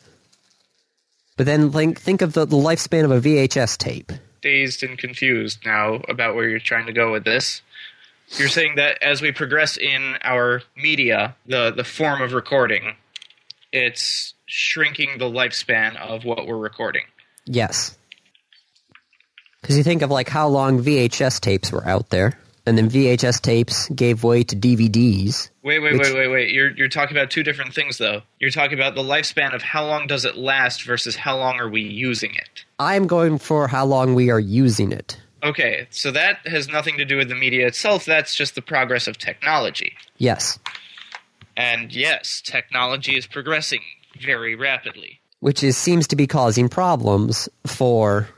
But then think think of the, the lifespan of a VHS tape. Dazed and confused now about where you're trying to go with this. You're saying that as we progress in our media, the the form of recording, it's shrinking the lifespan of what we're recording. Yes. Cuz you think of like how long VHS tapes were out there and then VHS tapes gave way to DVDs. Wait, wait, Which- wait, wait, wait. You're you're talking about two different things though. You're talking about the lifespan of how long does it last versus how long are we using it. I'm going for how long we are using it. Okay, so that has nothing to do with the media itself. That's just the progress of technology. Yes. And yes, technology is progressing very rapidly. which is seems to be causing problems for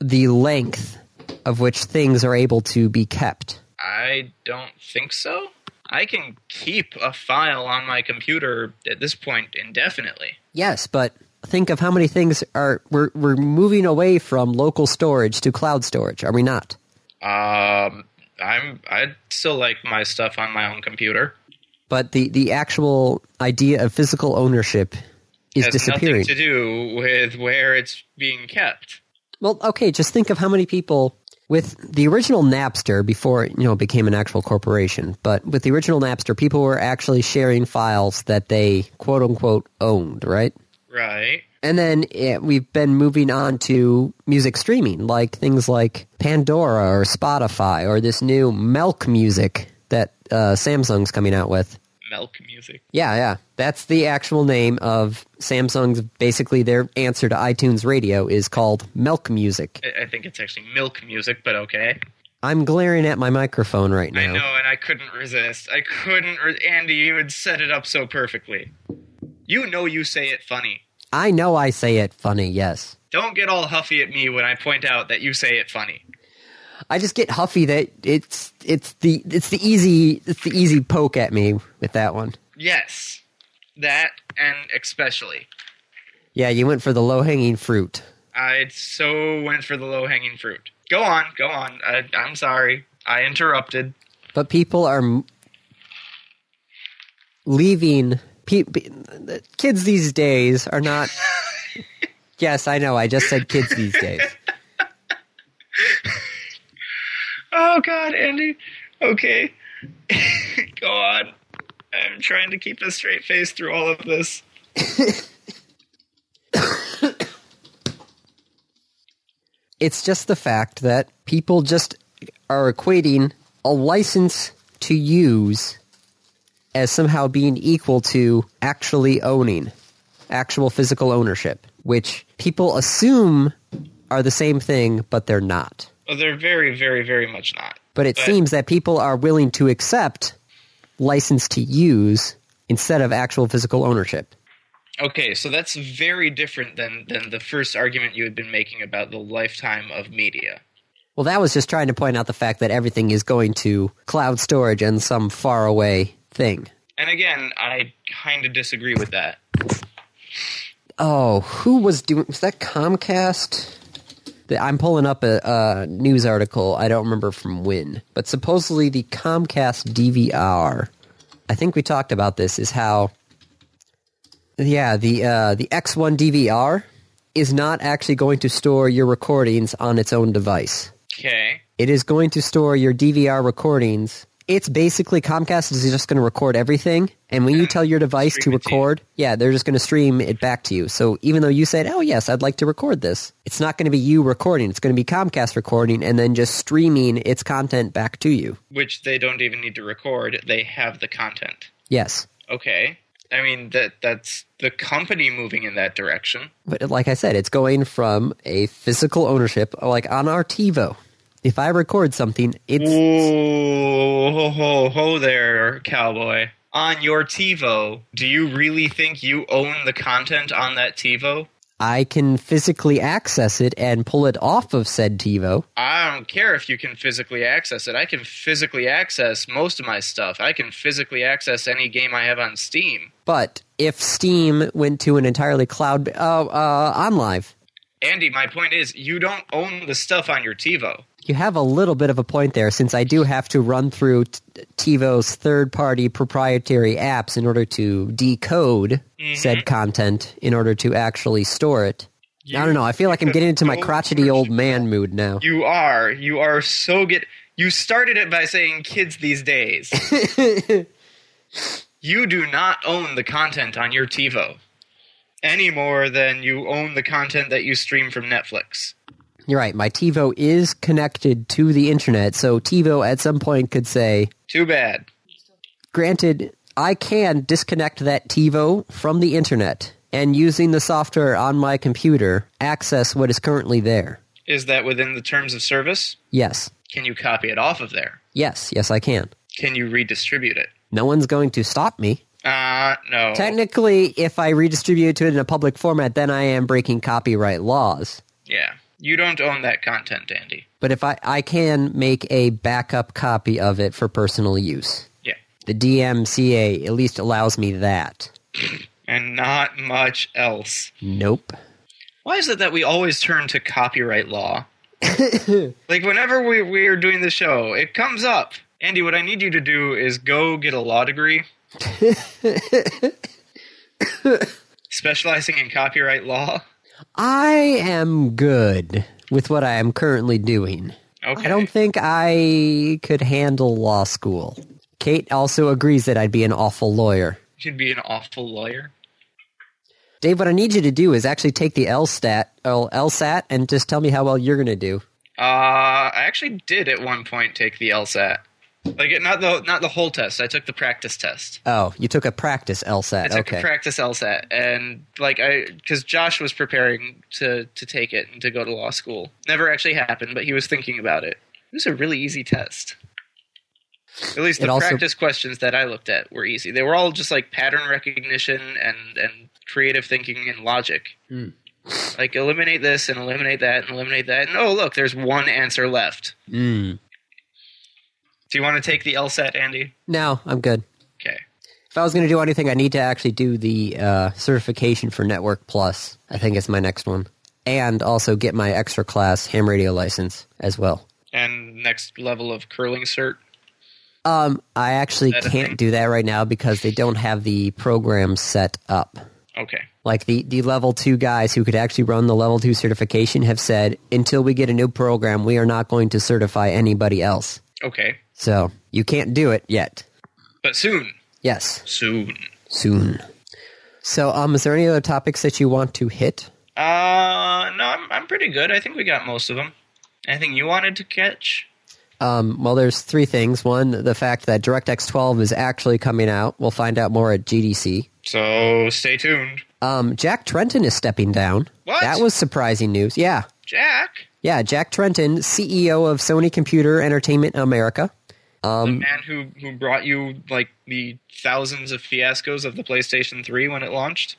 the length of which things are able to be kept. I don't think so. I can keep a file on my computer at this point indefinitely. Yes, but think of how many things are we're we're moving away from local storage to cloud storage, are we not? Um I'm I'd still like my stuff on my own computer. But the the actual idea of physical ownership is has disappearing. nothing to do with where it's being kept. Well, okay, just think of how many people with the original Napster before you know it became an actual corporation, but with the original Napster, people were actually sharing files that they quote unquote owned, right? Right. And then eh, we've been moving on to music streaming, like things like Pandora or Spotify or this new Melk Music that uh, Samsung's coming out with. Milk music. Yeah, yeah. That's the actual name of Samsung's basically their answer to iTunes Radio is called Melk Music. I I think it's actually milk music, but okay. I'm glaring at my microphone right I now. know, and I couldn't resist. I couldn't. Re- Andy, you had set it up so perfectly. You know, you say it funny. I know I say it funny, yes. Don't get all huffy at me when I point out that you say it funny. I just get huffy that it's it's the it's the easy it's the easy poke at me with that one. Yes, that and especially, Yeah, you went for the low hanging fruit. I so went for the low hanging fruit. Go on, go on. I, I'm sorry, I interrupted. But people are m- leaving. Pe- pe- the kids these days are not. yes, I know. I just said kids these days. Oh God, Andy. Okay, go on. I'm trying to keep a straight face through all of this. It's just the fact that people just are equating a license to use as somehow being equal to actually owning, actual physical ownership, which people assume are the same thing, but they're not. Well, Oh, they're very, very, very much not. But it But- seems that people are willing to accept license to use instead of actual physical ownership. Okay, so that's very different than than the first argument you had been making about the lifetime of media. Well, that was just trying to point out the fact that everything is going to cloud storage and some faraway thing. And again, I kind of disagree with that. Oh, who was doing? Was that Comcast? The- I'm pulling up a, a news article. I don't remember from when, but supposedly the Comcast DVR. I think we talked about this. Is how, yeah, the uh, the X1 DVR is not actually going to store your recordings on its own device. Okay. It is going to store your DVR recordings. It's basically Comcast is just going to record everything, and when you tell your device to stream it to you. record, yeah, they're just going to stream it back to you. So even though you said, "Oh yes, I'd like to record this," it's not going to be you recording. It's going to be Comcast recording and then just streaming its content back to you. Which they don't even need to record; they have the content. Yes, Okay. I mean that that's the company moving in that direction. but like I said, it's going from a physical ownership, like on our TiVo. If I record something, it's Mm. Whoa, ho, ho, ho there, cowboy. On your TiVo, do you really think you own the content on that TiVo? I can physically access it and pull it off of said TiVo. I don't care if you can physically access it. I can physically access most of my stuff. I can physically access any game I have on Steam. But if Steam went to an entirely cloud, oh, uh, on live, Andy, my point is, you don't own the stuff on your TiVo. you have a little bit of a point there, since I do have to run through t- TiVo's third-party proprietary apps in order to decode said content in order to actually store it. I don't know. I feel like I'm getting into my no crotchety old man mood now. You are. You are so good. You started it by saying kids these days. you do not own the content on your TiVo any more than you own the content that you stream from Netflix. You're right. My TiVo is connected to the internet, so TiVo at some point could say, Too bad. granted, I can disconnect that TiVo from the internet and using the software on my computer access what is currently there. Is that within the terms of service? Yes. Can you copy it off of there? Yes, yes I can. Can you redistribute it? No one's going to stop me. Uh, no. Technically, if I redistribute it in a public format, then I am breaking copyright laws. yeah. You don't own that content, Andy. But if I, I can make a backup copy of it for personal use. Yeah. The DMCA at least allows me that. And not much else. Nope. Why is it that we always turn to copyright law? like whenever we we're doing the show, it comes up. Andy, what I need you to do is go get a law degree. Specializing in copyright law. I am good with what I am currently doing. Okay. I don't think I could handle law school. Kate also agrees that I'd be an awful lawyer. You'd be an awful lawyer. Dave, what I need you to do is actually take the LSAT, or LSAT and just tell me how well you're going to do. Uh, I actually did at one point take the LSAT. Like it- not the not the whole test. I took the practice test. Oh, you took a practice LSAT. I took okay. a practice LSAT, and like I, because Josh was preparing to to take it and to go to law school. Never actually happened, but he was thinking about it. It was a really easy test. At least It the also- practice questions that I looked at were easy. They were all just like pattern recognition and and creative thinking and logic. Hmm. Like eliminate this and eliminate that and eliminate that. And oh look, there's one answer left. Mm. Do you want to take the LSAT, Andy? No, I'm good. Okay. If I was going to do anything, I need to actually do the uh, certification for Network Plus. I think it's my next one. And also get my extra class ham radio license as well. And next level of curling cert. Um, I actually That a thing? can't do that right now because they don't have the program set up. Okay. Like the, the level two guys who could actually run the level two certification have said, until we get a new program, we are not going to certify anybody else. Okay. So you can't do it yet. But soon. Yes, Soon. soon. So, um, is there any other topics that you want to hit? Uh no, I'm I'm pretty good. I think we got most of them. Anything you wanted to catch? Um, well, there's three things. One, the fact that DirectX 12 is actually coming out. We'll find out more at GDC. So stay tuned. Um, Jack Trenton is stepping down. What? That was surprising news. Yeah. Jack, Yeah, Jack Trenton, CEO of Sony Computer Entertainment America. the man who who brought you like the thousands of fiascos of the PlayStation 3 when it launched.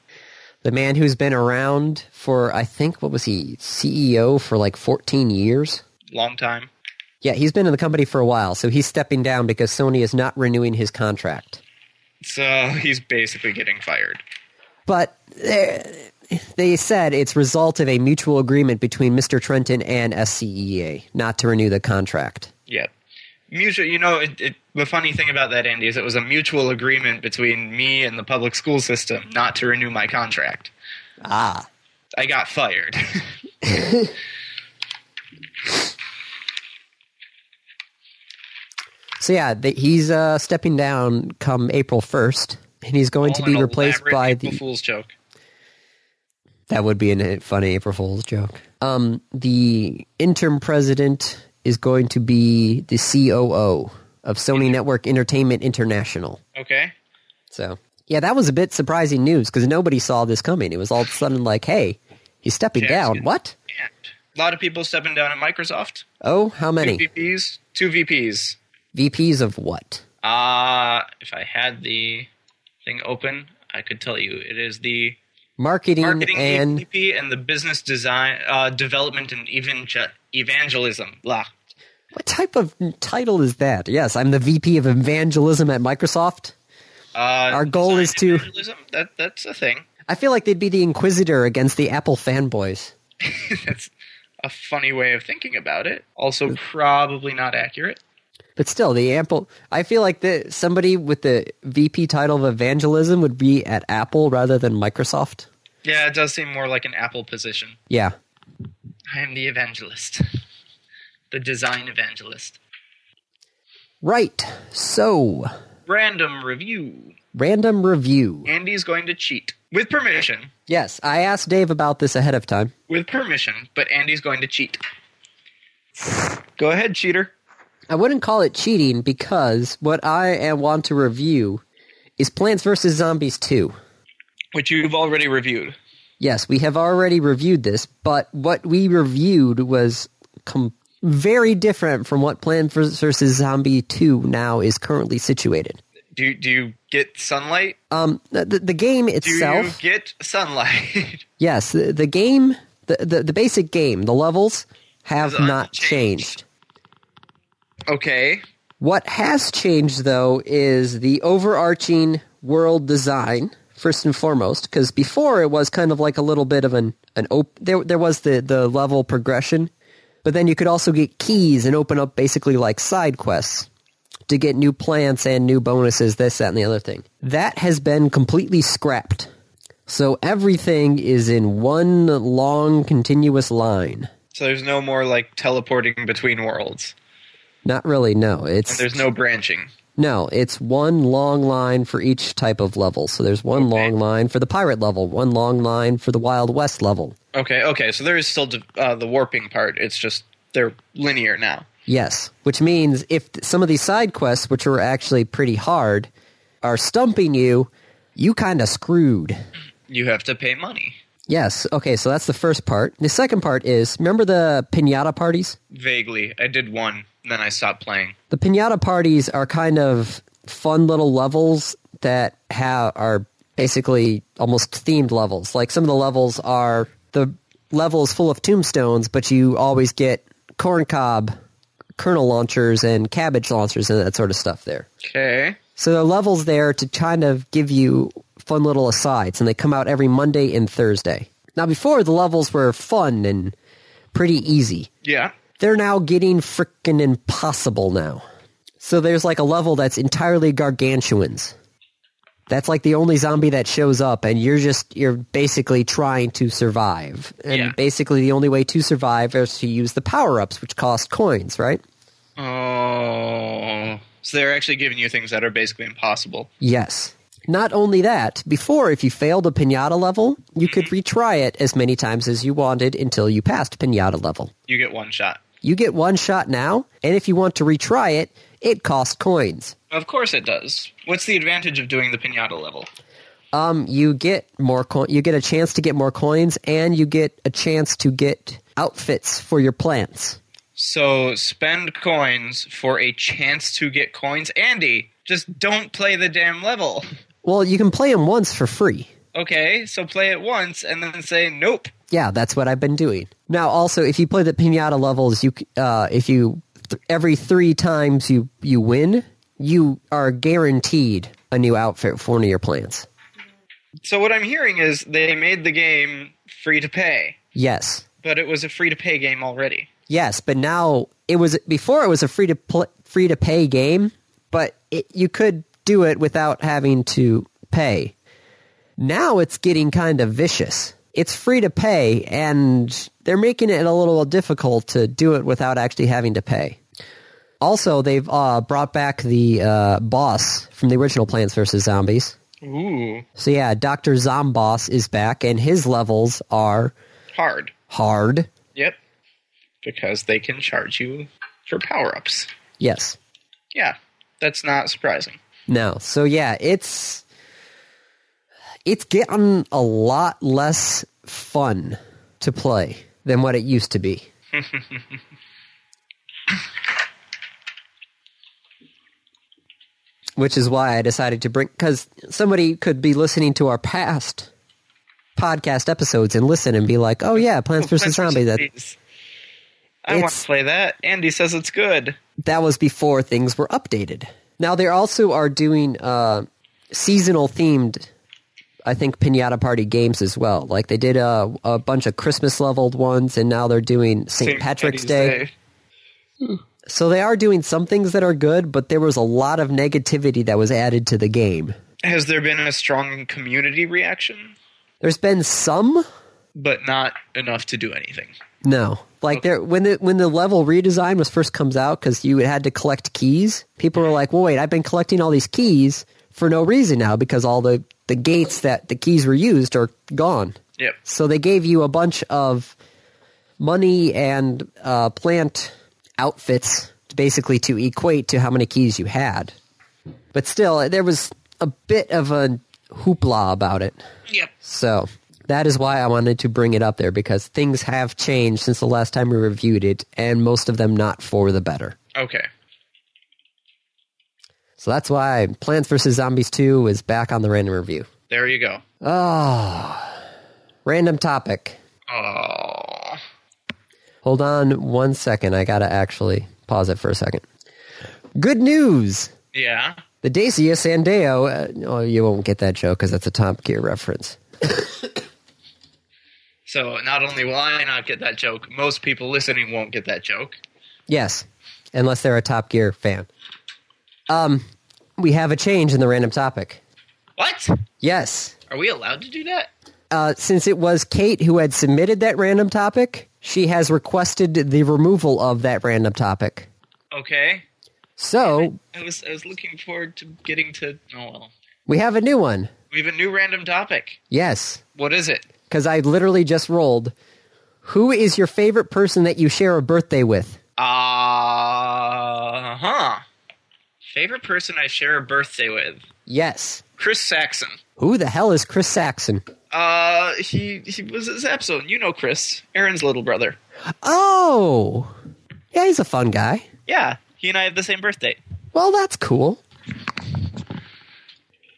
the man who's been around for I think what was he CEO for like 14 years. Long time. Yeah, he's been in the company for a while, so he's stepping down because Sony is not renewing his contract. So he's basically getting fired. But they they said it's result of a mutual agreement between Mr. Trenton and SCEA not to renew the contract. Yeah. Mutual, you know, it, it, the funny thing about that, Andy, is it was a mutual agreement between me and the public school system not to renew my contract. Ah, I got fired. so yeah, the, he's uh, stepping down come April 1st, and he's going to All be an replaced elaborate by April the Fool's joke. That would be a funny April Fool's joke. Um, the interim president is going to be the COO of Sony Network Entertainment International. Okay. So, yeah, that was a bit surprising news because nobody saw this coming. It was all of a sudden like, hey, he's stepping Jackson. down. What? And a lot of people stepping down at Microsoft. Oh, how Two many? VPs. Two VPs. VPs of what? Uh, if I had the thing open, I could tell you it is the Marketing, marketing and VP and the business design uh, development and evangel- evangelism. Blah. what type of title is that? Yes, I'm the VP of evangelism at Microsoft. Uh, Our goal design is to- evangelism. That that's a thing. I feel like they'd be the inquisitor against the Apple fanboys. that's a funny way of thinking about it. Also, probably not accurate. But still, the Apple. I feel like the somebody with the VP title of evangelism would be at Apple rather than Microsoft. Yeah, it does seem more like an Apple position. Yeah, I am the evangelist, the design evangelist. right. So, Random review. random review. Andy's going to cheat with permission. Yes, I asked Dave about this ahead of time. with permission, but Andy's going to cheat. Go ahead, cheater. I wouldn't call it cheating because what I am want to review is Plants vs Zombies Two. Which you've already reviewed. Yes, we have already reviewed this, but what we reviewed was com- very different from what Plants vs Zombie Two now is currently situated. Do do you get sunlight? Um, the, the the game Do you itself, get sunlight? yes, the, the game, the, the the basic game, the levels have Is not unchanged. changed. okay. What has changed though is the overarching world design first and foremost, because before it was kind of like a little bit of an an op- there there was the the level progression, but then you could also get keys and open up basically like side quests. To get new plants and new bonuses, this, that, and the other thing. That has been completely scrapped. So everything is in one long continuous line. So there's no more like teleporting between worlds. Not really, no. It's There's no branching. no, it's one long line for each type of level. So there's one Okay. long line for the pirate level, one long line for the Wild West level. Okay, okay. So there is still uh, the warping part. It's just they're linear now. Yes, which means if th- some of these side quests, which are actually pretty hard, are stumping you, you kind of screwed. You have to pay money. Yes. Okay, so that's the first part. The second part is remember the pinata parties? Vaguely, I did one, and then I stopped playing. The pinata parties are kind of fun little levels that have are basically almost themed levels. Like some of the levels are the levels full of tombstones, but you always get corn cob kernel launchers and cabbage launchers and that sort of stuff there. Okay. So there are levels there to kind of give you fun little asides, and they come out every Monday and Thursday. Now, before the levels were fun and pretty easy. Yeah. They're now getting frickin' impossible now. So there's like a level that's entirely gargantuans. That's like the only zombie that shows up, and you're just you're basically trying to survive. And Yeah. basically, the only way to survive is to use the power ups, which cost coins, right? Oh. So they're actually giving you things that are basically impossible. Yes. Not only that, before if you failed a pinata level, you could retry it as many times as you wanted until you passed pinata level. You get one shot. You get one shot now, and if you want to retry it, it costs coins. Of course it does. What's the advantage of doing the pinata level? Um, you get more co- you get a chance to get more coins, and you get a chance to get outfits for your plants. So spend coins for a chance to get coins. Andy, just don't play the damn level. Well, you can play them once for free. Okay, so play it once and then say nope. Yeah, that's what I've been doing. Now, also, if you play the pinata levels, you c- uh, if you th- every three times you you win, you are guaranteed a new outfit for one of your plants. So what I'm hearing is they made the game free to pay, Yes, but it was a free to pay game already. yes, but now it was before it was a free to pl- free to pay game, but it, you could do it without having to pay. Now it's getting kind of vicious. It's free to pay, and they're making it a little difficult to do it without actually having to pay. Also, they've uh, brought back the uh, boss from the original Plants vs. Zombies. Ooh, So yeah, Doctor Zomboss is back, and his levels are hard. hard. Yep. Because they can charge you for power-ups. Yes. Yeah. That's not surprising. No. So yeah, it's it's gotten a lot less fun to play than what it used to be. Which is why I decided to bring cuz somebody could be listening to our past podcast episodes and listen and be like, "Oh yeah, Plants vs Plants Zombies that Zombies. I want It's- to play that. Andy says it's good. that was before things were updated. Now they also are doing uh, seasonal themed, I think, pinata party games as well. Like they did a, a bunch of Christmas leveled ones, and now they're doing St. Patrick's Day. So they are doing some things that are good, but there was a lot of negativity that was added to the game. Has there been a strong community reaction, There's been some but not enough to do anything? No, like there when the when the level redesign was first comes out because you had to collect keys. People were like, "Well, wait, I've been collecting all these keys for no reason now because all the the gates that the keys were used are gone." Yep. So they gave you a bunch of money and uh, plant outfits, basically to equate to how many keys you had. But still, there was a bit of a hoopla about it. Yep. So that is why I wanted to bring it up there because things have changed since the last time we reviewed it, and most of them not for the better. Okay. So that's why Plants vs. Zombies 2 is back on the random review. There you go. Random topic. Oh. Hold on one second. I gotta actually pause it for a second. Good news! Yeah. The Dacia Sandeo. Uh, no, you won't get that joke because that's a Top Gear reference. So not only will I not get that joke, most people listening won't get that joke. Yes, unless they're a Top Gear fan. Um, we have a change in the random topic. What? Yes, Are we allowed to do that? uh, since it was Kate who had submitted that random topic, she has requested the removal of that random topic. Okay. So I was I was looking forward to getting to oh well. we have a new one. We have a new random topic. Yes, What is it? because I literally just rolled. Who is your favorite person that you share a birthday with? Uh huh. Favorite person I share a birthday with? Yes. Chris Saxon. Who the hell is Chris Saxon? Uh, he he was at Zapzone. You know Chris, Aaron's little brother. Oh, yeah, he's a fun guy. Yeah, he and I have the same birthday. Well, that's cool.